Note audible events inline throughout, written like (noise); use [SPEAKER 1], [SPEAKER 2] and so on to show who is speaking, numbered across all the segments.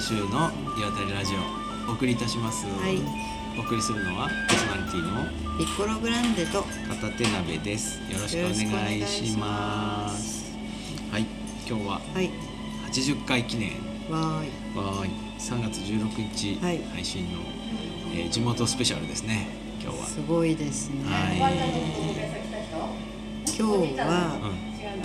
[SPEAKER 1] 週の「日当たりラジオ」お送りいたします、
[SPEAKER 2] い
[SPEAKER 1] お送りするのはパーソナリティの
[SPEAKER 2] ピッコログランデと
[SPEAKER 1] 片手鍋ですよろしくお願いしますはい今日は
[SPEAKER 2] はい
[SPEAKER 1] 80回記念
[SPEAKER 2] わーい
[SPEAKER 1] は3月16日
[SPEAKER 2] はい
[SPEAKER 1] 配信の、えー地元スペシャルですね今日は
[SPEAKER 2] すごいですね、
[SPEAKER 1] はい、
[SPEAKER 2] 今日は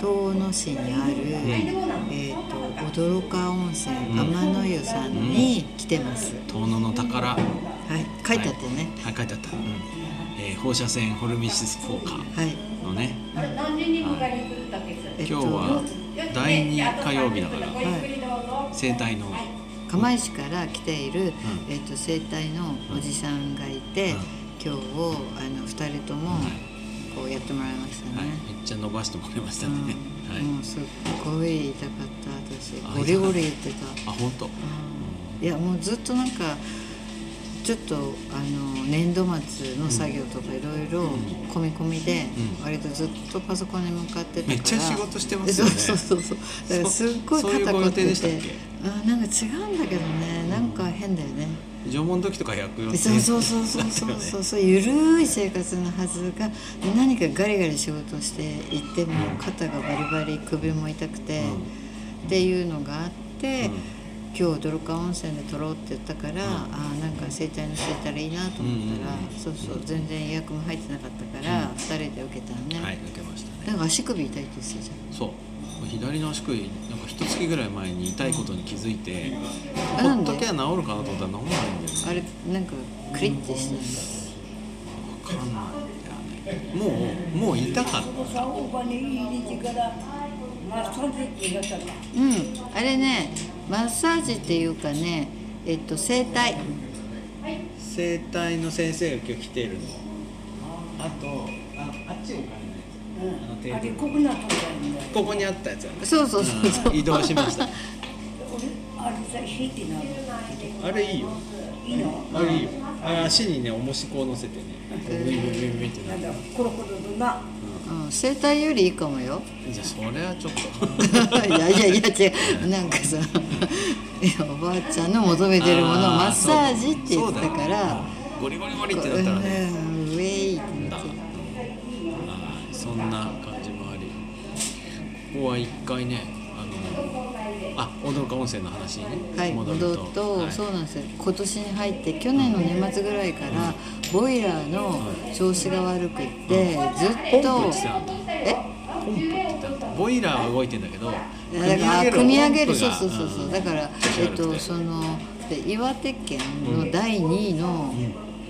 [SPEAKER 2] 遠野市にある、えー、と驚か温泉
[SPEAKER 1] うん
[SPEAKER 2] 天の湯さんに来てます、
[SPEAKER 1] うん、遠野の宝はい
[SPEAKER 2] はい書いてあったね
[SPEAKER 1] 書いてあった、うんえー放射線ホルミシス効果
[SPEAKER 2] はい、
[SPEAKER 1] のね
[SPEAKER 3] 何時に迎えに来るんだっけそ
[SPEAKER 2] え
[SPEAKER 3] れ
[SPEAKER 2] っと
[SPEAKER 1] 今日は第2火曜日だから
[SPEAKER 3] はい
[SPEAKER 1] 生体の
[SPEAKER 2] 釜石から来ている、
[SPEAKER 1] ん
[SPEAKER 2] えー、と生体のおじさんがいて、
[SPEAKER 1] うん
[SPEAKER 2] 今日をあの二人ともこうやってもらいましたね、
[SPEAKER 1] はい、めっちゃ伸ばしてもらいましたね、
[SPEAKER 2] うん
[SPEAKER 1] はい、
[SPEAKER 2] もうすっごい痛かった
[SPEAKER 1] あ
[SPEAKER 2] 私ゴリゴリ言ってた、
[SPEAKER 1] あ本当
[SPEAKER 2] うんいやもうずっとなんかちょっとあの年度末の作業とかいろいろ込み込みで、
[SPEAKER 1] うん
[SPEAKER 2] 割とずっとパソコンに向かってたか
[SPEAKER 1] め
[SPEAKER 2] ら
[SPEAKER 1] っちゃ仕事してますよね
[SPEAKER 2] そうそうそうそうだからすっごい
[SPEAKER 1] そういう
[SPEAKER 2] 肩
[SPEAKER 1] ご
[SPEAKER 2] こ
[SPEAKER 1] 予
[SPEAKER 2] っ
[SPEAKER 1] 定
[SPEAKER 2] て
[SPEAKER 1] でしたってけ
[SPEAKER 2] あなんか違うんだけどねなんか変だよね、
[SPEAKER 1] 縄文時とか100予定
[SPEAKER 2] そうそうそうそうそうそうそうゆるい生活のはずが何かガリガリ仕事をしていても肩がバリバリ首も痛くて、っていうのがあって、
[SPEAKER 1] うん
[SPEAKER 2] 今日泥川温泉で撮ろうって言ったから、ああなんか整体の人いたらいいなと思ったら、
[SPEAKER 1] うんうんうん
[SPEAKER 2] そうそう全然予約も入ってなかったから、二人で受けたのね、
[SPEAKER 1] はい抜けましたね
[SPEAKER 2] なんか足首痛いって言ってたじ
[SPEAKER 1] そう左の足首なんか一月ぐらい前に痛いことに気づいて
[SPEAKER 2] あな
[SPEAKER 1] ほ
[SPEAKER 2] ん
[SPEAKER 1] っ
[SPEAKER 2] で
[SPEAKER 1] とけば治るかなと思ったら治んないんだよね
[SPEAKER 2] ゃんあれなんかクリッてしてる
[SPEAKER 1] わかんないんだよねもうもう痛かった
[SPEAKER 2] うんあれねマッサージっていうかねえっと整体
[SPEAKER 1] 整体の先生が今日来てるのあとああっちにお金ないあのテーブルここにあったやつやね
[SPEAKER 2] そうそうそうそう
[SPEAKER 1] うん移動しましたあれいいよあれいいよあ足にね重しこを乗せてねなんかブイブイブイブイってなる
[SPEAKER 2] うん、整体よりいいかもよ
[SPEAKER 1] じゃあそれはちょっ
[SPEAKER 2] い
[SPEAKER 1] と
[SPEAKER 2] やいやいや違うなんかさいやおばあちゃんの求めてるものを
[SPEAKER 1] あー
[SPEAKER 2] マッサージって言ってたか
[SPEAKER 1] そうだよ
[SPEAKER 2] ら
[SPEAKER 1] ゴリゴリゴリ
[SPEAKER 2] こ
[SPEAKER 1] っ
[SPEAKER 2] う
[SPEAKER 1] て
[SPEAKER 2] う
[SPEAKER 1] なったらね
[SPEAKER 2] んウェイって
[SPEAKER 1] なん
[SPEAKER 2] 言
[SPEAKER 1] だうん
[SPEAKER 2] って
[SPEAKER 1] はいそんな感じもありここは一回ねあのあ驚か温泉の話にね、
[SPEAKER 2] はい
[SPEAKER 1] 戻
[SPEAKER 2] 戻
[SPEAKER 1] る
[SPEAKER 2] る
[SPEAKER 1] と
[SPEAKER 2] と、
[SPEAKER 1] はい
[SPEAKER 2] そうなんですよ今年に入って去年の年末ぐらいからボイラーの調子が悪くってずっ
[SPEAKER 1] ポン
[SPEAKER 2] と
[SPEAKER 1] プって言ってなかった
[SPEAKER 2] え
[SPEAKER 1] ポンプって言ってなかったボイラーは動いてんだけど
[SPEAKER 2] だから組み上げる
[SPEAKER 1] ポ
[SPEAKER 2] そ
[SPEAKER 1] ン
[SPEAKER 2] う
[SPEAKER 1] プが
[SPEAKER 2] そうそうそうだからえっとそので岩手県の第2位の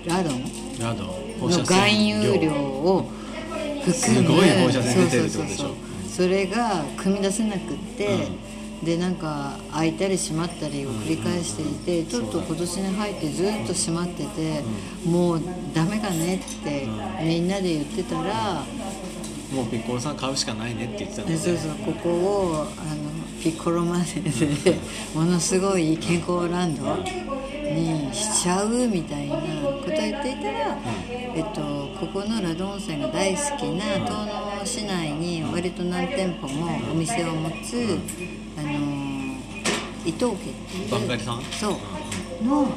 [SPEAKER 2] ラドン、
[SPEAKER 1] など放
[SPEAKER 2] の
[SPEAKER 1] 射
[SPEAKER 2] 含
[SPEAKER 1] 線
[SPEAKER 2] 有量を含
[SPEAKER 1] す
[SPEAKER 2] む
[SPEAKER 1] ごい放射線出てるって
[SPEAKER 2] そ
[SPEAKER 1] ことで
[SPEAKER 2] うそう
[SPEAKER 1] し
[SPEAKER 2] そ
[SPEAKER 1] ょ
[SPEAKER 2] うそうそれが組み出せなくって、でなんか開いたり閉まったりを繰り返していて、ちょっと今年に入ってずっと閉まってて、もうダメかねってみんなで言ってたら、
[SPEAKER 1] もうピッコロさん買うしかないねって言ってたので
[SPEAKER 2] でそうそうここをあのピッコロマネーでものすごい健康ランドにしちゃうみたいなことを言っていたら、えっと、ここのラド温泉が大好きな遠野市内に割と何店舗もお店を持つ、あの伊藤家っていう
[SPEAKER 1] バンガリさん
[SPEAKER 2] そうの、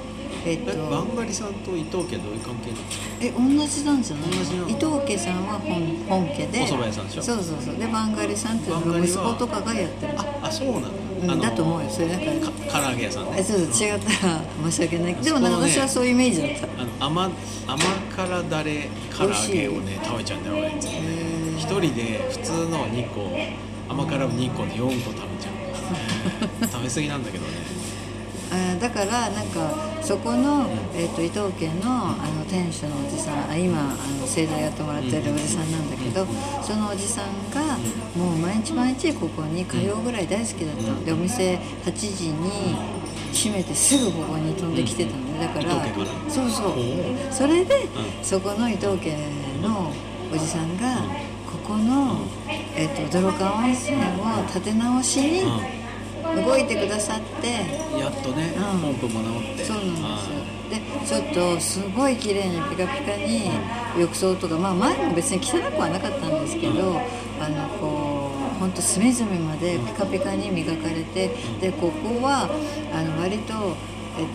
[SPEAKER 2] えっ
[SPEAKER 1] えバ
[SPEAKER 2] と、
[SPEAKER 1] ンガリさんと伊藤家どういう関係なの
[SPEAKER 2] え同じなんじゃない
[SPEAKER 1] 同じなの
[SPEAKER 2] 伊藤家さんは本本家で
[SPEAKER 1] お蕎麦屋さんでしょ
[SPEAKER 2] そうそうそうでバンガリさんっていうの
[SPEAKER 1] バンガ
[SPEAKER 2] が
[SPEAKER 1] リ
[SPEAKER 2] 息
[SPEAKER 1] は
[SPEAKER 2] 子とかがやってる
[SPEAKER 1] ああそうなんだ、
[SPEAKER 2] うん
[SPEAKER 1] あの
[SPEAKER 2] だと思うよそれなんか
[SPEAKER 1] か唐揚げ屋さん
[SPEAKER 2] え
[SPEAKER 1] ね
[SPEAKER 2] ちょっと違ったら申し訳ないでもなんか
[SPEAKER 1] そうね
[SPEAKER 2] 私はそういうイメージだった、
[SPEAKER 1] あの甘甘辛だれ唐揚げをね食べちゃうんだよ俺いつもね一人で普通の2個甘辛2個で4個食べちゃ
[SPEAKER 2] (laughs)
[SPEAKER 1] う食べ過ぎなんだけどね
[SPEAKER 2] あだからなんかそこの、えー、と伊藤家のあの店主のおじさんあ今あの盛大やってもらってるおじさんなんだけど、そのおじさんが、もう毎日毎日ここに通うぐらい大好きだったのでお店8時に閉めてすぐここに飛んできてたのねだから
[SPEAKER 1] 伊藤家から
[SPEAKER 2] そうそう
[SPEAKER 1] お
[SPEAKER 2] それで、そこの伊藤家のおじさんが、ここの、えー、と泥川温泉を立て直しに動いてくださって。
[SPEAKER 1] やっとね、
[SPEAKER 2] うん
[SPEAKER 1] ポンプも治って
[SPEAKER 2] そうなん
[SPEAKER 1] あ
[SPEAKER 2] ですよでちょっとすごい綺麗にピカピカに浴槽とか、まあ、前も別に汚くはなかったんですけどあのこう本当隅々までピカピカに磨かれてでここはあの割と、えっ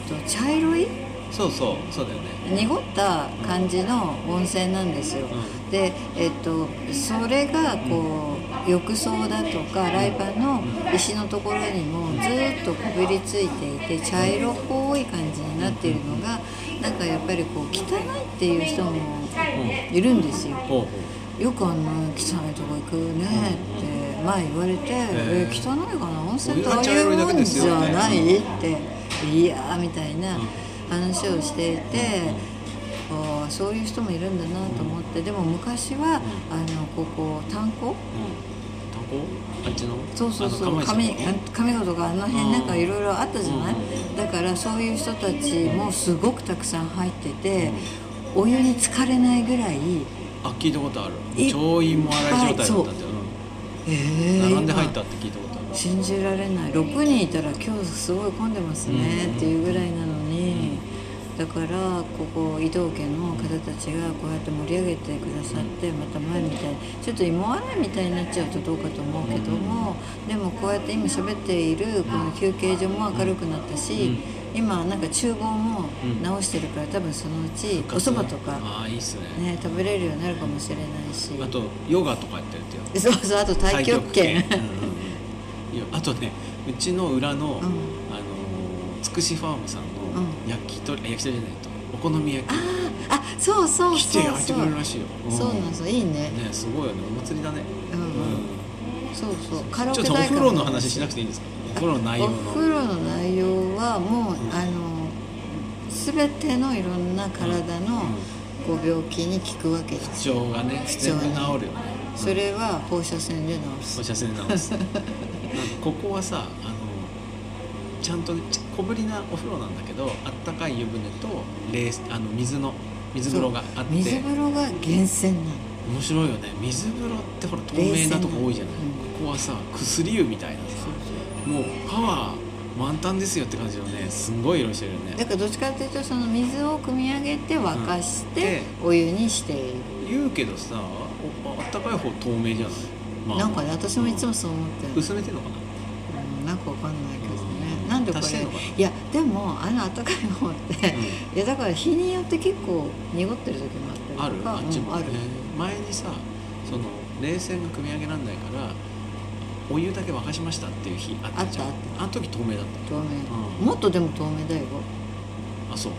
[SPEAKER 2] と、茶色い
[SPEAKER 1] そうそうそうだよね
[SPEAKER 2] 濁った感じの温泉なんですよ、
[SPEAKER 1] うん
[SPEAKER 2] で、えっと、それがこう浴槽だとかライパンの石のところにもずっとこびりついていて茶色っぽい感じになっているのがなんかやっぱりこう汚いっていう人もいるんですよ。
[SPEAKER 1] ほうほ
[SPEAKER 2] よくあんな汚いとこ行くねって前言われて「え
[SPEAKER 1] え
[SPEAKER 2] 汚いかな温泉っ
[SPEAKER 1] お湯
[SPEAKER 2] て
[SPEAKER 1] が
[SPEAKER 2] ああ
[SPEAKER 1] 茶
[SPEAKER 2] い
[SPEAKER 1] 色
[SPEAKER 2] う
[SPEAKER 1] いだ
[SPEAKER 2] も
[SPEAKER 1] け
[SPEAKER 2] ん
[SPEAKER 1] ですよ
[SPEAKER 2] じ
[SPEAKER 1] ね
[SPEAKER 2] ゃない?」って「いやー」みたいな話をしていて。あーそういう人もいるんだなと思ってでも昔はあのここ炭鉱
[SPEAKER 1] ううん炭鉱あっちの
[SPEAKER 2] そうそうそ
[SPEAKER 1] あ
[SPEAKER 2] う
[SPEAKER 1] の釜石
[SPEAKER 2] 紙
[SPEAKER 1] のね
[SPEAKER 2] 紙子とかあの辺なんかいろいろあったじゃない
[SPEAKER 1] うん
[SPEAKER 2] だからそういう人たちもすごくたくさん入っててお湯に浸かれないぐらい
[SPEAKER 1] あ聞いたことある
[SPEAKER 2] い
[SPEAKER 1] 調印も洗い状態だったんだよ、
[SPEAKER 2] え
[SPEAKER 1] うん
[SPEAKER 2] ー
[SPEAKER 1] 並んで入ったって聞いたことある
[SPEAKER 2] 信じられない6人いたら今日すごい混んでますね
[SPEAKER 1] うん
[SPEAKER 2] っていうぐらいなのに、だからここ移動家の方たちがこうやって盛り上げてくださってまた前みたいにちょっと芋洗いみたいになっちゃうとどうかと思うけども、でもこうやって今喋っているこの休憩所も明るくなったし、今なんか厨房も直してるから多分そのうちおそばとか、
[SPEAKER 1] ああいいっすね
[SPEAKER 2] ね、食べれるようになるかもしれないし
[SPEAKER 1] あとヨガとかやってるってよ
[SPEAKER 2] そうそうあと太極拳。
[SPEAKER 1] 太極うんうんうんいやあとねうちの裏の、
[SPEAKER 2] ん
[SPEAKER 1] あのーつくしファームさんの
[SPEAKER 2] うん
[SPEAKER 1] 焼き鳥、あ焼き鳥じゃないとお好み焼き
[SPEAKER 2] あーあそうそう
[SPEAKER 1] 来
[SPEAKER 2] そう
[SPEAKER 1] て
[SPEAKER 2] そう
[SPEAKER 1] 焼いてくれるらしいよ
[SPEAKER 2] そうなん
[SPEAKER 1] ん
[SPEAKER 2] ですよいいね
[SPEAKER 1] ねすごいよねお祭りだね
[SPEAKER 2] うんそうそうカラオ
[SPEAKER 1] ち
[SPEAKER 2] ケ
[SPEAKER 1] ょっ
[SPEAKER 2] 大
[SPEAKER 1] とお
[SPEAKER 2] 会
[SPEAKER 1] 風呂の話しなくていいんですかお風呂の内容の
[SPEAKER 2] お風呂の内容はもう、あの全てのいろんな体のご病気に効くわけです
[SPEAKER 1] 不調がね全部治るよね
[SPEAKER 2] それは放射線で治す
[SPEAKER 1] 放射線なんですなんか (laughs) ここはさあのちゃんとち小ぶりなお風呂なんだけどあったかい湯船と冷あの水の水風呂があって
[SPEAKER 2] 水風呂が源泉なの
[SPEAKER 1] 面白いよね水風呂ってほら透明なとこ多いじゃない、
[SPEAKER 2] 冷静
[SPEAKER 1] ここはさ薬湯みたいなさもうパワー満タンですよって感じのねすんごい色してるよ
[SPEAKER 2] だ
[SPEAKER 1] ね
[SPEAKER 2] からどっちかっていうとその水を汲み上げて沸かして、
[SPEAKER 1] う
[SPEAKER 2] お湯にしている
[SPEAKER 1] 言うけどさおあったかい方透明じゃない、ま
[SPEAKER 2] なんかね私もいつもそう思ってる
[SPEAKER 1] 薄めてんの
[SPEAKER 2] (laughs)
[SPEAKER 1] かな
[SPEAKER 2] うんなんかわかんないけど
[SPEAKER 1] う
[SPEAKER 2] ね
[SPEAKER 1] ん
[SPEAKER 2] なんでこ
[SPEAKER 1] 足してんのかな
[SPEAKER 2] れいやでもあの温かい方って、いやだから日によって結構濁ってる時もあ
[SPEAKER 1] あ
[SPEAKER 2] った
[SPEAKER 1] る
[SPEAKER 2] りとか
[SPEAKER 1] あっちも、
[SPEAKER 2] うんあ
[SPEAKER 1] ね
[SPEAKER 2] る、
[SPEAKER 1] 前にさその冷泉が組み上げられないからお湯だけ沸かしましたっていう日あったじゃん
[SPEAKER 2] あっ
[SPEAKER 1] あの時透明だっ
[SPEAKER 2] 透明、
[SPEAKER 1] うん
[SPEAKER 2] もっとでも透明だよ、
[SPEAKER 1] たあそう、
[SPEAKER 2] う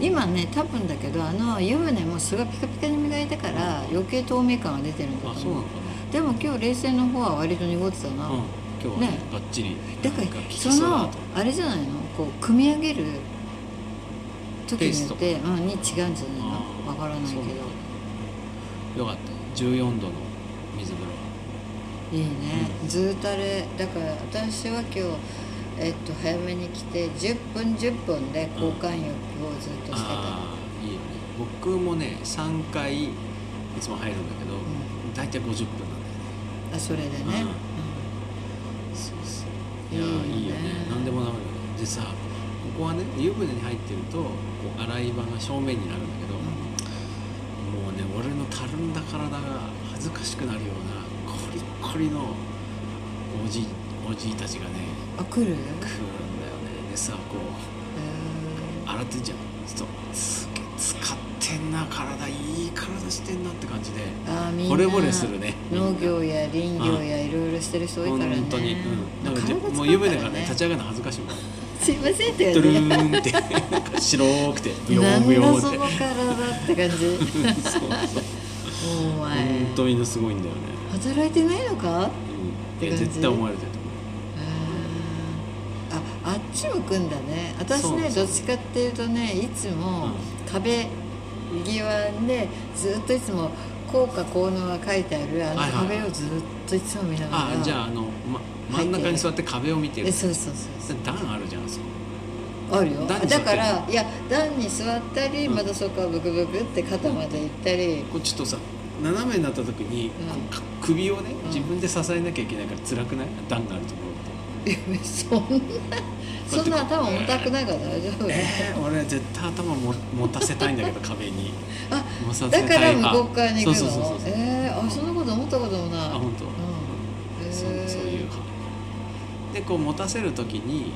[SPEAKER 1] うん
[SPEAKER 2] ん、今ね多分だけどあの湯船もすごいピカピカに磨いたから余計透明感が出てるんだ
[SPEAKER 1] あ
[SPEAKER 2] と
[SPEAKER 1] そうな
[SPEAKER 2] 思
[SPEAKER 1] の
[SPEAKER 2] う
[SPEAKER 1] か
[SPEAKER 2] でも今日冷静の方は割と濁ってたな、
[SPEAKER 1] な、うん、今日はね
[SPEAKER 2] ね
[SPEAKER 1] バッチリ
[SPEAKER 2] だから
[SPEAKER 1] なん効き
[SPEAKER 2] そう
[SPEAKER 1] だな
[SPEAKER 2] の
[SPEAKER 1] と
[SPEAKER 2] あれじゃないのこう組み上げる時
[SPEAKER 1] ペー
[SPEAKER 2] に
[SPEAKER 1] ス
[SPEAKER 2] よ
[SPEAKER 1] と
[SPEAKER 2] っ
[SPEAKER 1] か
[SPEAKER 2] て、うん、に違うんじゃな
[SPEAKER 1] あ
[SPEAKER 2] い
[SPEAKER 1] ー
[SPEAKER 2] のわからないけ
[SPEAKER 1] そ
[SPEAKER 2] ど
[SPEAKER 1] うなんだよかった14度の水風呂
[SPEAKER 2] いいね、ずーっとあれだから私は今日、えっと、早めに来て10分10分で交換浴をずっとしてた、
[SPEAKER 1] ああいいよね僕もね3回いつも入るんだけど、
[SPEAKER 2] ん
[SPEAKER 1] 大体50分なんだよね
[SPEAKER 2] あそれでね、
[SPEAKER 1] そうそういや
[SPEAKER 2] い
[SPEAKER 1] ー
[SPEAKER 2] い
[SPEAKER 1] いい
[SPEAKER 2] よ
[SPEAKER 1] よ
[SPEAKER 2] ね
[SPEAKER 1] ね何でもなるよねでさここはね湯船に入ってるとこう洗い場が正面になるんだけど、もうね俺のたるんだ体が恥ずかしくなるようなコリッコリのおじいおじいたちがね
[SPEAKER 2] うんあ来
[SPEAKER 1] 来
[SPEAKER 2] る、
[SPEAKER 1] るんだよねでさこう
[SPEAKER 2] え
[SPEAKER 1] 洗ってんじゃんそうすげえ使ってんな体いい体してんなって感じで
[SPEAKER 2] ーあーみんな
[SPEAKER 1] 惚れ惚れするねみんな
[SPEAKER 2] 農業や林業やいろいろしてる人多いからね
[SPEAKER 1] 本当に、うん、なんかじ
[SPEAKER 2] 体
[SPEAKER 1] ゃ
[SPEAKER 2] 使う
[SPEAKER 1] もう湯船が
[SPEAKER 2] から
[SPEAKER 1] ね立ち上がるの恥ずかしいもん
[SPEAKER 2] すいませんって
[SPEAKER 1] ド
[SPEAKER 2] 言
[SPEAKER 1] ゥ
[SPEAKER 2] わ
[SPEAKER 1] ル
[SPEAKER 2] れて
[SPEAKER 1] ーンって
[SPEAKER 2] (laughs)
[SPEAKER 1] 白くてブヨー
[SPEAKER 2] 何
[SPEAKER 1] ブヨ
[SPEAKER 2] だ
[SPEAKER 1] ー
[SPEAKER 2] そ
[SPEAKER 1] って
[SPEAKER 2] の体って感じ
[SPEAKER 1] (laughs) そうそう
[SPEAKER 2] (laughs) お前
[SPEAKER 1] 本当にすごいんだよね、
[SPEAKER 2] 働いてないのか
[SPEAKER 1] うん、いや
[SPEAKER 2] って感じ
[SPEAKER 1] 絶対思われてると思
[SPEAKER 2] ああっち向くんだね私
[SPEAKER 1] そう
[SPEAKER 2] ね
[SPEAKER 1] そ
[SPEAKER 2] ど
[SPEAKER 1] う
[SPEAKER 2] っちかっていうとねいつ
[SPEAKER 1] う
[SPEAKER 2] も
[SPEAKER 1] ん
[SPEAKER 2] 壁際でずっといつも効果効能が書いてあるあ
[SPEAKER 1] はい
[SPEAKER 2] の
[SPEAKER 1] はいはい
[SPEAKER 2] 壁をずっといつも見ながら
[SPEAKER 1] うあじゃああの、ま、真ん中に座って壁を見てる
[SPEAKER 2] えそうそうそう
[SPEAKER 1] 段あるじゃんあそこ
[SPEAKER 2] あるよ
[SPEAKER 1] 段
[SPEAKER 2] あ
[SPEAKER 1] に座
[SPEAKER 2] だ
[SPEAKER 1] って
[SPEAKER 2] か
[SPEAKER 1] る
[SPEAKER 2] らいや段に座ったり
[SPEAKER 1] うん
[SPEAKER 2] またそこはブクブクって肩まで行ったり (laughs)
[SPEAKER 1] こうちょっとさ斜めになった時に、
[SPEAKER 2] うん
[SPEAKER 1] こう首をね
[SPEAKER 2] ん
[SPEAKER 1] 自分で支えなきゃいけないから辛くない段があるところって
[SPEAKER 2] そんなそんな頭重たくないから大丈夫
[SPEAKER 1] えー、俺絶対頭も持たせたいんだけど壁に
[SPEAKER 2] あ
[SPEAKER 1] 摩擦
[SPEAKER 2] だから
[SPEAKER 1] 大
[SPEAKER 2] 向
[SPEAKER 1] 半
[SPEAKER 2] こう側に行く
[SPEAKER 1] そうそうそう
[SPEAKER 2] の
[SPEAKER 1] そう
[SPEAKER 2] えーあそんなこと思ったこともない
[SPEAKER 1] あ本当
[SPEAKER 2] うん
[SPEAKER 1] そのそういう派でこう持たせる時に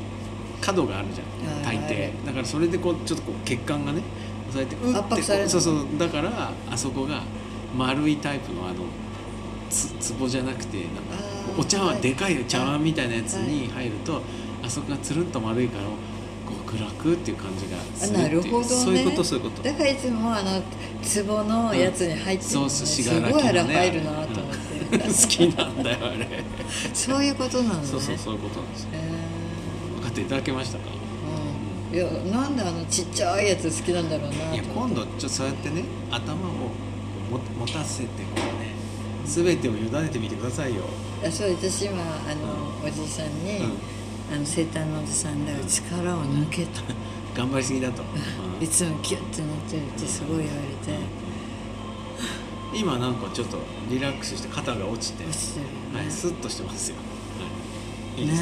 [SPEAKER 1] 角があるじゃん
[SPEAKER 2] はい
[SPEAKER 1] 大
[SPEAKER 2] はい
[SPEAKER 1] 抵だからそれでこうちょっとこう血管がねそうやってうって
[SPEAKER 2] 圧迫され
[SPEAKER 1] こう
[SPEAKER 2] る
[SPEAKER 1] そうそうだからあそこが丸いタイプのあのつ壺じゃなくてなんか
[SPEAKER 2] あー
[SPEAKER 1] お茶碗でかい茶碗みたいなやつに
[SPEAKER 2] は
[SPEAKER 1] 入るとあそこがつるんと丸いから極楽っていう感じがするって
[SPEAKER 2] ないる
[SPEAKER 1] う
[SPEAKER 2] ほどね
[SPEAKER 1] そういうことそういうこと
[SPEAKER 2] だからいつもあの壺のやつに入ってるの
[SPEAKER 1] そう
[SPEAKER 2] ね
[SPEAKER 1] そう
[SPEAKER 2] す
[SPEAKER 1] 信
[SPEAKER 2] ご
[SPEAKER 1] 楽
[SPEAKER 2] いあれ
[SPEAKER 1] のね
[SPEAKER 2] 入るなと思っ
[SPEAKER 1] う
[SPEAKER 2] て
[SPEAKER 1] ん (laughs) 好きなんだよあれ
[SPEAKER 2] そういうことなのね
[SPEAKER 1] そうそうそういうことなんですよ
[SPEAKER 2] へ
[SPEAKER 1] 分かっていただけましたか
[SPEAKER 2] ーうんいやなんであのちっちゃいやつ好きなんだろうなと思っ
[SPEAKER 1] いや
[SPEAKER 2] て
[SPEAKER 1] 今度ちょっとそうやってね頭をも持たせてこうね全てを委ねてみてくださいよ
[SPEAKER 2] あそう私今あの、おじさんに、あの生誕のおじさんだから力を抜けと、
[SPEAKER 1] 頑張りすぎだと、うん
[SPEAKER 2] いつもギュッてなってるってすごい言われて、
[SPEAKER 1] 今なんかちょっとリラックスして肩が落ちて、
[SPEAKER 2] 落ちてるよね,、
[SPEAKER 1] はい、スッとしてますよ、はい、いい
[SPEAKER 2] ね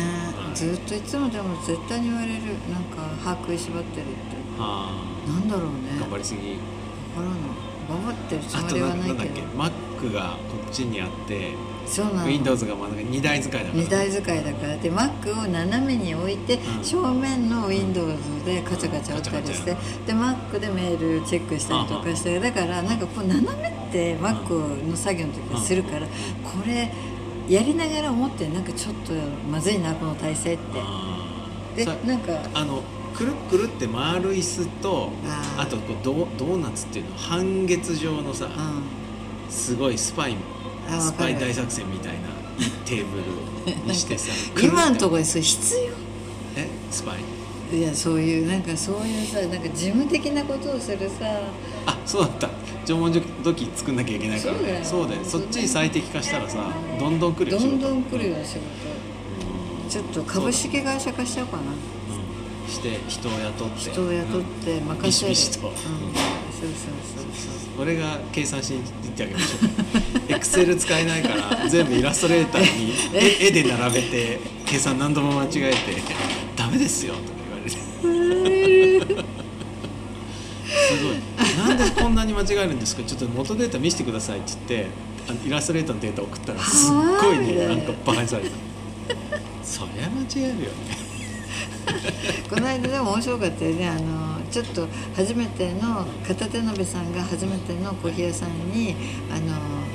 [SPEAKER 1] ですね
[SPEAKER 2] ずっといつもでも絶対に言われるなんか歯食いしばってるって
[SPEAKER 1] は
[SPEAKER 2] なんだろうね
[SPEAKER 1] い、頑張
[SPEAKER 2] り
[SPEAKER 1] りすぎ
[SPEAKER 2] からない頑張ってるつ
[SPEAKER 1] あ
[SPEAKER 2] も
[SPEAKER 1] と
[SPEAKER 2] り
[SPEAKER 1] な
[SPEAKER 2] は
[SPEAKER 1] ん
[SPEAKER 2] な
[SPEAKER 1] かな
[SPEAKER 2] い
[SPEAKER 1] んだっ
[SPEAKER 2] け
[SPEAKER 1] け
[SPEAKER 2] ど
[SPEAKER 1] Mac がこっちにあって
[SPEAKER 2] そうなの
[SPEAKER 1] Windows が真ん中に2台使いだから
[SPEAKER 2] 二台使いだからで Mac を斜めに置いて、
[SPEAKER 1] うん
[SPEAKER 2] 正面の Windows でカチャカチャ打ったりして、
[SPEAKER 1] うんカ
[SPEAKER 2] で Mac でメールチェックしたりとかしてだからなんかこう斜めって Mac の作業の時にするから、これやりながら思ってなんかちょっとまずいなこの体勢って
[SPEAKER 1] あー
[SPEAKER 2] で
[SPEAKER 1] さ
[SPEAKER 2] なんか
[SPEAKER 1] あのくるっくるって回る椅子と
[SPEAKER 2] あー
[SPEAKER 1] あとこうドードーナツっていうの半月状のさ
[SPEAKER 2] う
[SPEAKER 1] すごいスパイ
[SPEAKER 2] あわかる
[SPEAKER 1] スパイ大作戦みたいなテーブルにしてさ
[SPEAKER 2] ん、 (laughs) 今のとこ
[SPEAKER 1] ろ
[SPEAKER 2] ろそれ必
[SPEAKER 1] えスパイ
[SPEAKER 2] 要いやそういうなんかそういうさなんか事務的なことをするさ
[SPEAKER 1] あそうだった縄文土器作んなきゃいけないから
[SPEAKER 2] そうだよ
[SPEAKER 1] そうだよそっちに最適化したらさどんどん来るよ
[SPEAKER 2] どんど
[SPEAKER 1] 仕
[SPEAKER 2] ん来るような仕事
[SPEAKER 1] 事うん
[SPEAKER 2] ちょっと株式会社化しちゃおうかな
[SPEAKER 1] うんして人を雇って
[SPEAKER 2] 人を雇って任せる、
[SPEAKER 1] ビシビシと
[SPEAKER 2] うん、そうそうそうそう
[SPEAKER 1] 俺が計算しに行ってあげましょうエクセル使えないから全部イラストレーターに絵絵で並べて計算何度も間違えて「ダメですよ」とか言われてすごい「なんでこんなに間違えるんですかちょっと元データ見せてください」って言ってあのイラストレーターのデータ送ったらすっごいね
[SPEAKER 2] は
[SPEAKER 1] な
[SPEAKER 2] ーい
[SPEAKER 1] んかバカにされたそりゃ間違えるよね
[SPEAKER 2] この間でも面白かったよねあのちょっと初めての片手鍋さんが初めてのコーヒー屋さんにあ
[SPEAKER 1] なん
[SPEAKER 2] の
[SPEAKER 1] だ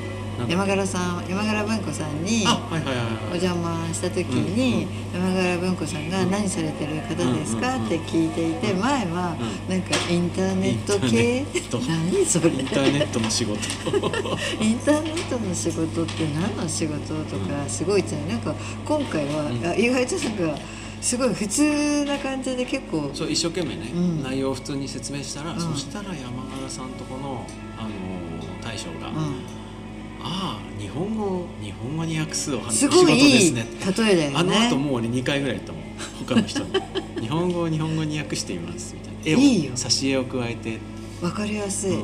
[SPEAKER 2] 山柄さん山柄文庫さんに
[SPEAKER 1] あはいはいはい
[SPEAKER 2] お
[SPEAKER 1] はい
[SPEAKER 2] 邪魔した時に、山柄文庫さんが「何されてる方ですか?」
[SPEAKER 1] うんうんうん
[SPEAKER 2] って聞いていて前は
[SPEAKER 1] う
[SPEAKER 2] なんかインターネット
[SPEAKER 1] イ
[SPEAKER 2] 系
[SPEAKER 1] ンターネット
[SPEAKER 2] 何それ
[SPEAKER 1] インターネットの仕事
[SPEAKER 2] インターネットの仕事って何の仕事とかすごいじゃんなんか今回は、
[SPEAKER 1] うん
[SPEAKER 2] あ意外となんかすごい普通な感じで結構
[SPEAKER 1] そう一生懸命ね、
[SPEAKER 2] うん
[SPEAKER 1] 内容を普通に説明したら、
[SPEAKER 2] うん
[SPEAKER 1] そしたら山原さんとこの、あのー大将が「
[SPEAKER 2] う
[SPEAKER 1] ああ日本語日本語に訳すお
[SPEAKER 2] ん、
[SPEAKER 1] 話
[SPEAKER 2] すごいい
[SPEAKER 1] 仕事で
[SPEAKER 2] い例
[SPEAKER 1] すね」
[SPEAKER 2] えだよね
[SPEAKER 1] あの後もう俺2回ぐらい言ったもん他の
[SPEAKER 2] (laughs)
[SPEAKER 1] 人に「日本語を日本語に訳しています」みたいな絵を
[SPEAKER 2] いいよ
[SPEAKER 1] 挿絵を加えて、
[SPEAKER 2] 分かりやす
[SPEAKER 1] う
[SPEAKER 2] い、
[SPEAKER 1] ん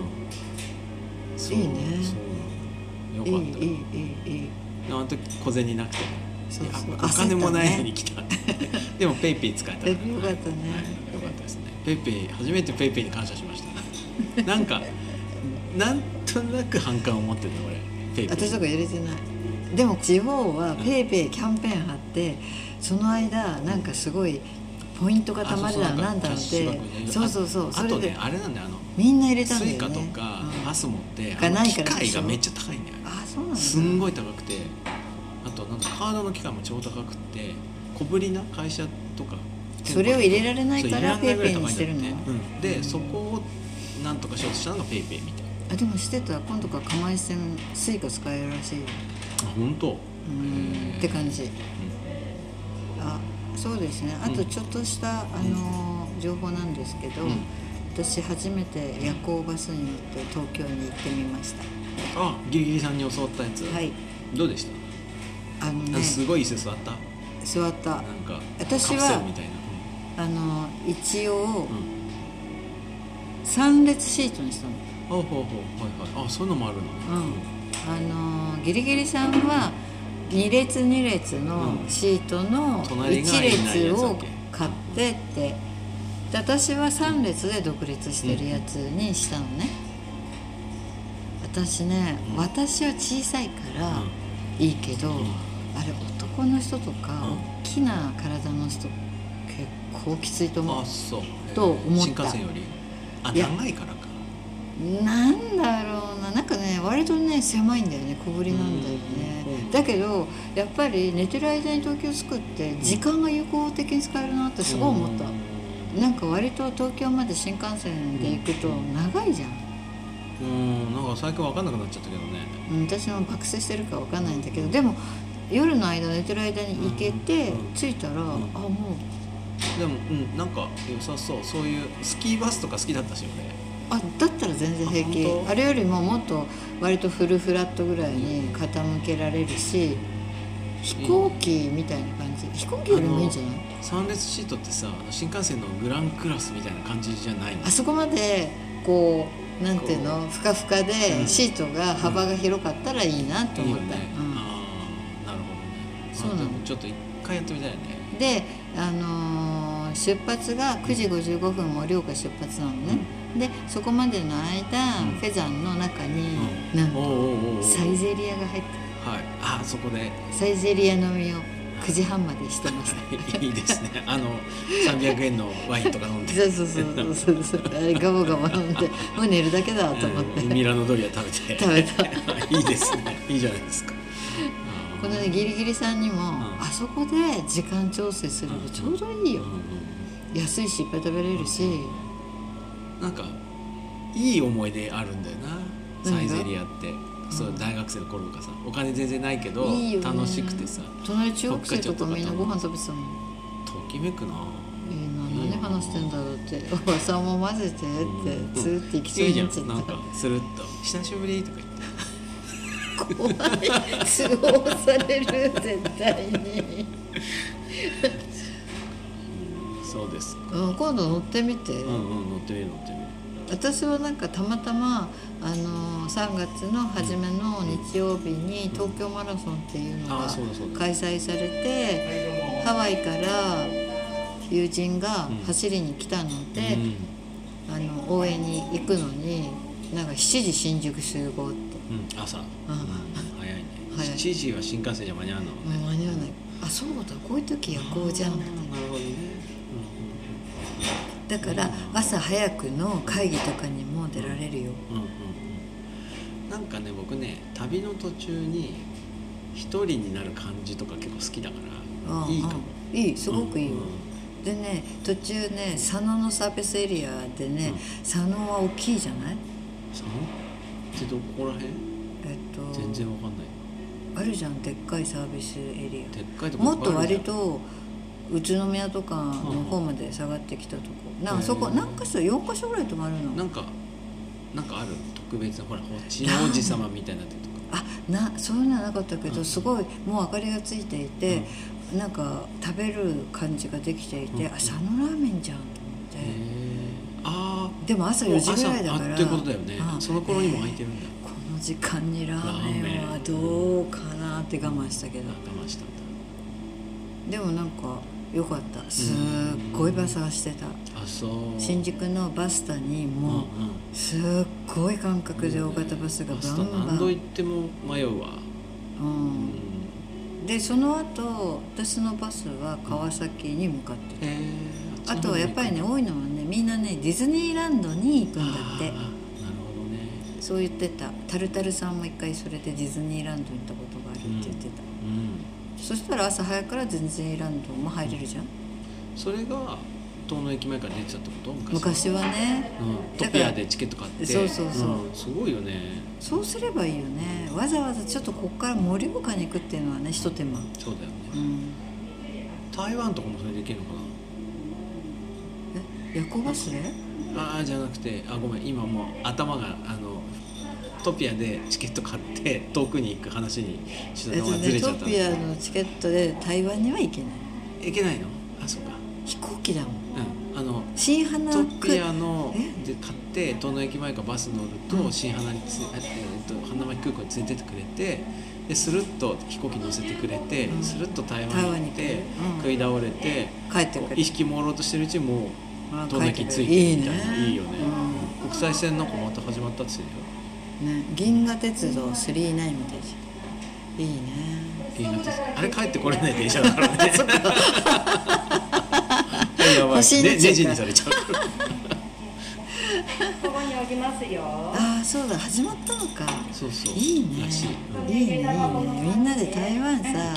[SPEAKER 1] そう
[SPEAKER 2] いいね
[SPEAKER 1] そう
[SPEAKER 2] いい
[SPEAKER 1] よ
[SPEAKER 2] い
[SPEAKER 1] か
[SPEAKER 2] い
[SPEAKER 1] った
[SPEAKER 2] いいいいい
[SPEAKER 1] あの時小銭なくて
[SPEAKER 2] そうそう
[SPEAKER 1] いやお金もないのに
[SPEAKER 2] 焦っ
[SPEAKER 1] 来た、でもペイペイ使えた
[SPEAKER 2] たね (laughs) よかったね、
[SPEAKER 1] はいよかったですね。ペイペイ初めてペイペイに感謝しました。なん
[SPEAKER 2] (laughs)
[SPEAKER 1] かなんとなく反感を持ってた俺。ペイペイ。
[SPEAKER 2] 私とか入れてないでも地方はペイペイキャンペーン貼ってその間なんかすごいポイントがたまるだ
[SPEAKER 1] あ
[SPEAKER 2] なんだっ
[SPEAKER 1] そうそうなん
[SPEAKER 2] て
[SPEAKER 1] か
[SPEAKER 2] そうそうそうそ
[SPEAKER 1] あ
[SPEAKER 2] れ
[SPEAKER 1] と
[SPEAKER 2] で
[SPEAKER 1] ねあれなんだよあの
[SPEAKER 2] みんな入れたん
[SPEAKER 1] ス
[SPEAKER 2] だよ
[SPEAKER 1] イ
[SPEAKER 2] ね
[SPEAKER 1] カとか
[SPEAKER 2] うん
[SPEAKER 1] パスモって
[SPEAKER 2] が
[SPEAKER 1] あの
[SPEAKER 2] ない
[SPEAKER 1] 機
[SPEAKER 2] からで
[SPEAKER 1] 械
[SPEAKER 2] しょ
[SPEAKER 1] がめっちゃ高いんだよ。
[SPEAKER 2] あそうなんだ
[SPEAKER 1] すんご
[SPEAKER 2] い
[SPEAKER 1] い高くて、あとなんかカードの機械も超高くて小ぶりな会社とか。
[SPEAKER 2] それを入れられないから
[SPEAKER 1] そう入れられないぐらい高いんだって
[SPEAKER 2] ペイペイにしてるの
[SPEAKER 1] うんでそこをなんとかしようとしたのがペイペイみたいな。
[SPEAKER 2] あでもしてた今度から釜石線スイカ使えるらしいよ
[SPEAKER 1] あ本当。
[SPEAKER 2] うん
[SPEAKER 1] へー
[SPEAKER 2] って感じあそうですねあとちょっとした、あのー情報なんですけど、
[SPEAKER 1] うん
[SPEAKER 2] 私初めて夜行バスに乗って東京に行ってみました
[SPEAKER 1] あギリギリさんに教わったやつ、
[SPEAKER 2] はい
[SPEAKER 1] どうでした、
[SPEAKER 2] あのね
[SPEAKER 1] すごい椅子座った
[SPEAKER 2] 座った
[SPEAKER 1] なんか
[SPEAKER 2] 私
[SPEAKER 1] カ
[SPEAKER 2] は
[SPEAKER 1] プセルみたいな
[SPEAKER 2] あのー一応
[SPEAKER 1] うん、うん
[SPEAKER 2] 3列シートにしたの
[SPEAKER 1] あほうほうはいはいあそういうのもあるのね
[SPEAKER 2] うん、あのーギリギリさんは2列2列の
[SPEAKER 1] うん
[SPEAKER 2] シートの
[SPEAKER 1] 隣がいないやつだっけ
[SPEAKER 2] 1列を買ってってで私は3列で独立してるやつにしたのね私ね
[SPEAKER 1] うん
[SPEAKER 2] 私は小さいからいいけど
[SPEAKER 1] ん
[SPEAKER 2] あれ男の人とか
[SPEAKER 1] う
[SPEAKER 2] 大きな体の人結構きついと思
[SPEAKER 1] あ
[SPEAKER 2] う
[SPEAKER 1] そう、えー
[SPEAKER 2] と思った
[SPEAKER 1] 新幹線よりあ
[SPEAKER 2] いや
[SPEAKER 1] 長いからか
[SPEAKER 2] なんだろうななんかね割とね狭いんだよね小ぶりなんだよ
[SPEAKER 1] うんう
[SPEAKER 2] ね
[SPEAKER 1] ん
[SPEAKER 2] だけどやっぱり寝てる間に東京着くって時間が有効的に使えるなってすごい思った
[SPEAKER 1] う
[SPEAKER 2] なんか割と東京まで新幹線で行くと長いじゃん、
[SPEAKER 1] んなんか最近わかんなくなっちゃったけどね
[SPEAKER 2] うん、私も爆睡してるかわかんないんだけどでも夜の間寝てる間に行けて
[SPEAKER 1] うん
[SPEAKER 2] 着いたらあ
[SPEAKER 1] ん
[SPEAKER 2] もう
[SPEAKER 1] でもうんなんか良さそうそういうスキーバスとか好きだったしよね
[SPEAKER 2] あだったら全然平
[SPEAKER 1] あ
[SPEAKER 2] 気
[SPEAKER 1] 本当
[SPEAKER 2] あれよりももっと割とフルフラットぐらいに傾けられるし飛行機みたいな感じ飛行機よりもいいんじゃない
[SPEAKER 1] 3列シートってさあの新幹線のグランクラスみたいな感じじゃないの
[SPEAKER 2] あそこまでこうなんていうのふかふか
[SPEAKER 1] う
[SPEAKER 2] で
[SPEAKER 1] ん
[SPEAKER 2] シートが幅が広かったらいいなと
[SPEAKER 1] いい
[SPEAKER 2] 思っ
[SPEAKER 1] よ
[SPEAKER 2] た、
[SPEAKER 1] ね、
[SPEAKER 2] う
[SPEAKER 1] あ
[SPEAKER 2] ん
[SPEAKER 1] あなるほどね
[SPEAKER 2] そ
[SPEAKER 1] あ
[SPEAKER 2] うな
[SPEAKER 1] で
[SPEAKER 2] の
[SPEAKER 1] もちょっと一回やってみたいね
[SPEAKER 2] で、あのー出発が9時55分盛岡出発なのね、でそこまでの間、
[SPEAKER 1] うん
[SPEAKER 2] フェザンの中に、
[SPEAKER 1] うん
[SPEAKER 2] なん
[SPEAKER 1] おう
[SPEAKER 2] と
[SPEAKER 1] おうおうおう
[SPEAKER 2] サイゼリアが入って
[SPEAKER 1] はいあそこで
[SPEAKER 2] サイゼリア飲みを9時半までしてました
[SPEAKER 1] (laughs) いいですねあの300円のワインとか飲んで
[SPEAKER 2] そうそうそうそうそうあれガバガバ飲んでもう寝るだけだと思って、
[SPEAKER 1] うんミラノドリア食べて
[SPEAKER 2] 食べ
[SPEAKER 1] (laughs)
[SPEAKER 2] た
[SPEAKER 1] いいですねいいじゃないですかあー
[SPEAKER 2] このねギリギリさんにも、
[SPEAKER 1] ん
[SPEAKER 2] あそこで時間調整するのちょうどいいよ
[SPEAKER 1] うん、
[SPEAKER 2] 安いしいっぱい食べれるし、
[SPEAKER 1] うんなんかいい思い出あるんだよな
[SPEAKER 2] 何が
[SPEAKER 1] サイゼリアってそう大学生の頃とかさお金全然ないけど
[SPEAKER 2] いいよね
[SPEAKER 1] 楽しくてさ
[SPEAKER 2] 隣中学生とかみんなご飯食べてたもん
[SPEAKER 1] ときめくな
[SPEAKER 2] えーな何話してんだろうって「おばさんも混ぜて」ってツーって行きそ
[SPEAKER 1] い
[SPEAKER 2] う
[SPEAKER 1] い
[SPEAKER 2] に
[SPEAKER 1] じゃ
[SPEAKER 2] なっ
[SPEAKER 1] ん
[SPEAKER 2] ちゃっ
[SPEAKER 1] なんかスルッと「久しぶり」とか言って
[SPEAKER 2] た怖い通報される絶対
[SPEAKER 1] (laughs)
[SPEAKER 2] に、
[SPEAKER 1] そうです
[SPEAKER 2] うん、今度乗ってみて、
[SPEAKER 1] うんうん乗ってみる乗ってみる
[SPEAKER 2] 私はなんかたまたまあのー3月の初めの日曜日に東京マラソンっていうの
[SPEAKER 1] あ
[SPEAKER 2] が
[SPEAKER 1] ーそうだそうだ
[SPEAKER 2] 開催されてハワイから友人が走りに来たので、
[SPEAKER 1] うん
[SPEAKER 2] あの応援に行くのになんか7時新宿集合って。
[SPEAKER 1] うん朝うん早いね
[SPEAKER 2] 早い
[SPEAKER 1] 7時は新幹線じゃ間に合わないもんね
[SPEAKER 2] もう間に合わないあそうだこういう時夜行じゃんみたいな
[SPEAKER 1] なるほどね
[SPEAKER 2] だから朝早くの会議とかにも出られるよ
[SPEAKER 1] うんうんうんうんなんかね僕ね旅の途中に一人になる感じとか結構好きだから
[SPEAKER 2] うん
[SPEAKER 1] いいかも
[SPEAKER 2] うんいいすごくいいよ
[SPEAKER 1] うんうん
[SPEAKER 2] でね途中ね佐野のサービスエリアでね佐野は大きいじゃない
[SPEAKER 1] 佐野ってどこら辺
[SPEAKER 2] えっと
[SPEAKER 1] 全然わかんない
[SPEAKER 2] あるじゃんでっかいサービスエリ
[SPEAKER 1] でっかいと
[SPEAKER 2] ア
[SPEAKER 1] こい
[SPEAKER 2] も
[SPEAKER 1] ぱ
[SPEAKER 2] っ
[SPEAKER 1] い
[SPEAKER 2] と
[SPEAKER 1] あるじ
[SPEAKER 2] 割
[SPEAKER 1] ゃん
[SPEAKER 2] と宇都宮とかの方まで下がってきたとこなんかそこ
[SPEAKER 1] うん
[SPEAKER 2] 何か所4箇所ぐらい泊まるの
[SPEAKER 1] なんかなんかある特別なほらちの王子様みたいなってとか
[SPEAKER 2] あなそういうのはなかったけ
[SPEAKER 1] う
[SPEAKER 2] ど、
[SPEAKER 1] ん
[SPEAKER 2] すごいもう明かりがついていて、なんか食べる感じができていて、
[SPEAKER 1] うん
[SPEAKER 2] あ佐野ラーメンじゃんと
[SPEAKER 1] へ
[SPEAKER 2] 思って、
[SPEAKER 1] えあ
[SPEAKER 2] でも朝
[SPEAKER 1] あ
[SPEAKER 2] 4時ぐらいだから
[SPEAKER 1] あってことだよね
[SPEAKER 2] あ
[SPEAKER 1] その頃にも空いてるんだ
[SPEAKER 2] この時間にラーメンはどうかなって我慢したけど
[SPEAKER 1] 我慢したんだ
[SPEAKER 2] でもなんか良かったすっごいバサーしてた、
[SPEAKER 1] あそう
[SPEAKER 2] 新宿のバスタに
[SPEAKER 1] うん
[SPEAKER 2] も
[SPEAKER 1] うん
[SPEAKER 2] うすっごい感覚で大型バスがバンバ
[SPEAKER 1] 何
[SPEAKER 2] ン、
[SPEAKER 1] 度行っても迷うわ
[SPEAKER 2] う
[SPEAKER 1] うん
[SPEAKER 2] ん、でその後私のバスは川崎に向かってた、
[SPEAKER 1] へー
[SPEAKER 2] あとはやっぱりね
[SPEAKER 1] あ
[SPEAKER 2] 多いのはねみんなねディズニーランドに行くんだ
[SPEAKER 1] ー
[SPEAKER 2] って
[SPEAKER 1] なるほどね
[SPEAKER 2] そう言ってたタルタルさんも一回それでディズニーランドに行ったことがあるって言ってた、
[SPEAKER 1] うん
[SPEAKER 2] そしたら朝早くからディズニーランドも入れるじゃん、
[SPEAKER 1] それが遠野駅前から出てたってこと
[SPEAKER 2] 昔はね
[SPEAKER 1] うん、ト
[SPEAKER 2] だか
[SPEAKER 1] ピ
[SPEAKER 2] ら
[SPEAKER 1] アでチケット買って
[SPEAKER 2] そうそうそうん
[SPEAKER 1] すごいよね
[SPEAKER 2] そうすればいいよねわざわざちょっとこっから盛岡に行くっていうのはねひと手間
[SPEAKER 1] そうだよね
[SPEAKER 2] うん
[SPEAKER 1] 台湾とかもそれで行けるのか
[SPEAKER 2] え夜行バスで
[SPEAKER 1] なああじゃなくてあごめん今もう頭があのトピアでチケット買って遠くに行く話にちょっ
[SPEAKER 2] えっ
[SPEAKER 1] と頭
[SPEAKER 2] と
[SPEAKER 1] がず
[SPEAKER 2] ね
[SPEAKER 1] れちゃ
[SPEAKER 2] ト
[SPEAKER 1] った
[SPEAKER 2] ピアのチケットで台湾には行けない
[SPEAKER 1] いけないのあそうか
[SPEAKER 2] 飛行機だもん
[SPEAKER 1] うんあの
[SPEAKER 2] 新花
[SPEAKER 1] ト
[SPEAKER 2] 区
[SPEAKER 1] ピアの
[SPEAKER 2] え
[SPEAKER 1] で買って遠野駅前からバス乗ると新花につ、えっと、花巻空港に連れてってくれてでスルッと飛行機乗せてくれて、
[SPEAKER 2] うん
[SPEAKER 1] スルッと台湾に行っ
[SPEAKER 2] 台
[SPEAKER 1] て、
[SPEAKER 2] 湾に行く
[SPEAKER 1] 食い倒れて、
[SPEAKER 2] 帰ってく
[SPEAKER 1] こう
[SPEAKER 2] る
[SPEAKER 1] 意識朦朧としてるうちにもう
[SPEAKER 2] あ
[SPEAKER 1] 遠野駅に着いて
[SPEAKER 2] 帰って
[SPEAKER 1] み
[SPEAKER 2] く
[SPEAKER 1] た
[SPEAKER 2] る
[SPEAKER 1] いないいよね、
[SPEAKER 2] う
[SPEAKER 1] 国際線なんかまた始まったっつってたよ
[SPEAKER 2] ね銀河鉄道999みたいじいいね
[SPEAKER 1] いいなとあれ帰ってこれない電車だから
[SPEAKER 2] (laughs)
[SPEAKER 1] ね (laughs) やばいね
[SPEAKER 2] 星になっちゃうから
[SPEAKER 1] ネジにされちゃうから
[SPEAKER 3] ここに置きますよ。
[SPEAKER 2] ああそうだ始まったのか
[SPEAKER 1] そうそう
[SPEAKER 2] いいね
[SPEAKER 1] らしい、
[SPEAKER 2] いいねいいねみんなで台湾さ
[SPEAKER 1] たいわ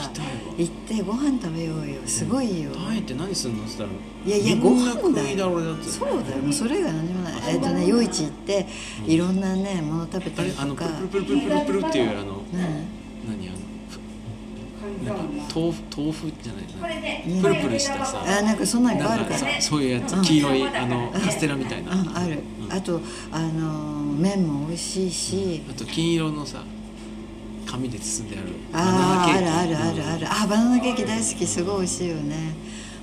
[SPEAKER 2] 行ってご飯食べようよすごいよ、
[SPEAKER 1] うんタイって何すんのって言ったら
[SPEAKER 2] いやいや
[SPEAKER 1] み
[SPEAKER 2] ご
[SPEAKER 1] んな
[SPEAKER 2] 飯
[SPEAKER 1] 食
[SPEAKER 2] だ
[SPEAKER 1] いだ
[SPEAKER 2] よ
[SPEAKER 1] ろだって
[SPEAKER 2] そうだよもうそれ以外何もないえっとね夜市行っていろんなねもの食べ
[SPEAKER 1] あ
[SPEAKER 2] たり
[SPEAKER 1] れあ
[SPEAKER 2] と
[SPEAKER 1] のプ
[SPEAKER 2] か
[SPEAKER 1] ルプルプルプルプルっていうあの
[SPEAKER 2] 何
[SPEAKER 1] 何あのふなんか豆腐豆腐じゃない
[SPEAKER 3] これ
[SPEAKER 1] な
[SPEAKER 3] で
[SPEAKER 2] うん
[SPEAKER 1] プルプルしたさ
[SPEAKER 2] あなんかそんなのいっぱいあ
[SPEAKER 1] な
[SPEAKER 2] る
[SPEAKER 1] ん
[SPEAKER 2] か
[SPEAKER 1] からさそういうや
[SPEAKER 2] う
[SPEAKER 1] つ
[SPEAKER 2] ん
[SPEAKER 1] 黄色いあのカステラみたいな
[SPEAKER 2] うんある
[SPEAKER 1] うん
[SPEAKER 2] あとあの麺も美味しいし
[SPEAKER 1] あと金色のさ紙で包んである
[SPEAKER 2] あああるあるあ
[SPEAKER 1] うん
[SPEAKER 2] るあるあバナナケーキ大好きすごい美味しいよね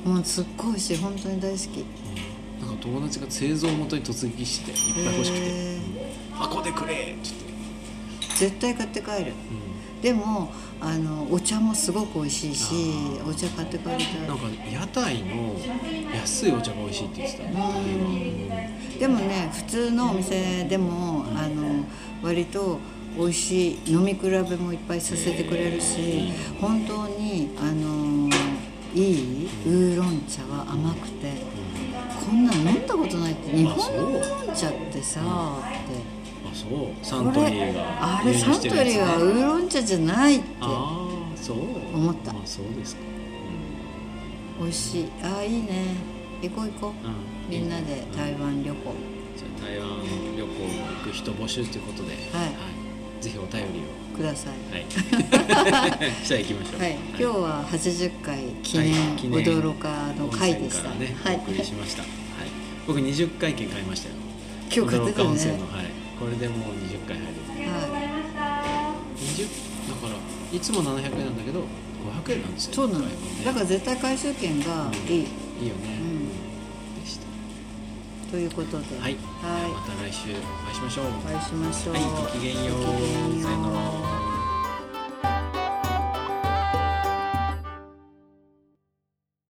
[SPEAKER 2] もうすっごい美味しい本当に大好き
[SPEAKER 1] なんか友達が製造元に突撃していっぱい欲しくて
[SPEAKER 2] へ
[SPEAKER 1] 「うん箱でくれ!」って言って、
[SPEAKER 2] 絶対買って帰る
[SPEAKER 1] う
[SPEAKER 2] でもあのお茶もすごく美味しいし
[SPEAKER 1] あ
[SPEAKER 2] お茶買って帰りた
[SPEAKER 1] ん、
[SPEAKER 2] い
[SPEAKER 1] なんか屋台の安いお茶が美味しいって言ってた、
[SPEAKER 2] でもね普通のお店でもあの割と美味しい飲み比べもいっぱいさせてくれるし本当にあのいいウーロン茶は甘くてこんなん飲んだことないって日本のウーロン茶ってさって
[SPEAKER 1] あそうサ
[SPEAKER 2] こ
[SPEAKER 1] ントリ
[SPEAKER 2] れ
[SPEAKER 1] ーが
[SPEAKER 2] あれサントリーはウーロン茶じゃないって
[SPEAKER 1] ああーそう
[SPEAKER 2] 思った
[SPEAKER 1] まあそうですか、う
[SPEAKER 2] 美味しいああいいね行こう行こ
[SPEAKER 1] んう
[SPEAKER 2] うみんなで台湾旅行
[SPEAKER 1] じゃあ台湾旅行行く人募集ということで、
[SPEAKER 2] はい
[SPEAKER 1] ぜひお便りを
[SPEAKER 2] ください
[SPEAKER 1] はい
[SPEAKER 2] (laughs)
[SPEAKER 1] じゃあ行きましょう
[SPEAKER 2] はい、今日は80回記念
[SPEAKER 1] はい記念
[SPEAKER 2] 驚かの回でした。
[SPEAKER 1] 温泉からね、
[SPEAKER 2] はい
[SPEAKER 1] お、送りしました、はい、僕20回券買いましたよ
[SPEAKER 2] 今日買っ
[SPEAKER 1] 驚
[SPEAKER 2] てた
[SPEAKER 1] か
[SPEAKER 2] よ
[SPEAKER 1] 温泉
[SPEAKER 2] ね
[SPEAKER 1] の、。はい、これでもう20回入る
[SPEAKER 2] は
[SPEAKER 1] 20だからいつも700円なんだけど500円なんです
[SPEAKER 2] い、
[SPEAKER 1] よ
[SPEAKER 2] そうなの
[SPEAKER 1] 買い物ね。
[SPEAKER 2] だから絶対回収券がい
[SPEAKER 1] い
[SPEAKER 2] い、
[SPEAKER 1] いよね、
[SPEAKER 2] う
[SPEAKER 1] でした
[SPEAKER 2] ということで、
[SPEAKER 1] はい、
[SPEAKER 2] は
[SPEAKER 1] また来週お会いしましょう、
[SPEAKER 2] いお会いしましょう。
[SPEAKER 1] はいごきげんよう
[SPEAKER 2] ごきげんよう
[SPEAKER 1] さよ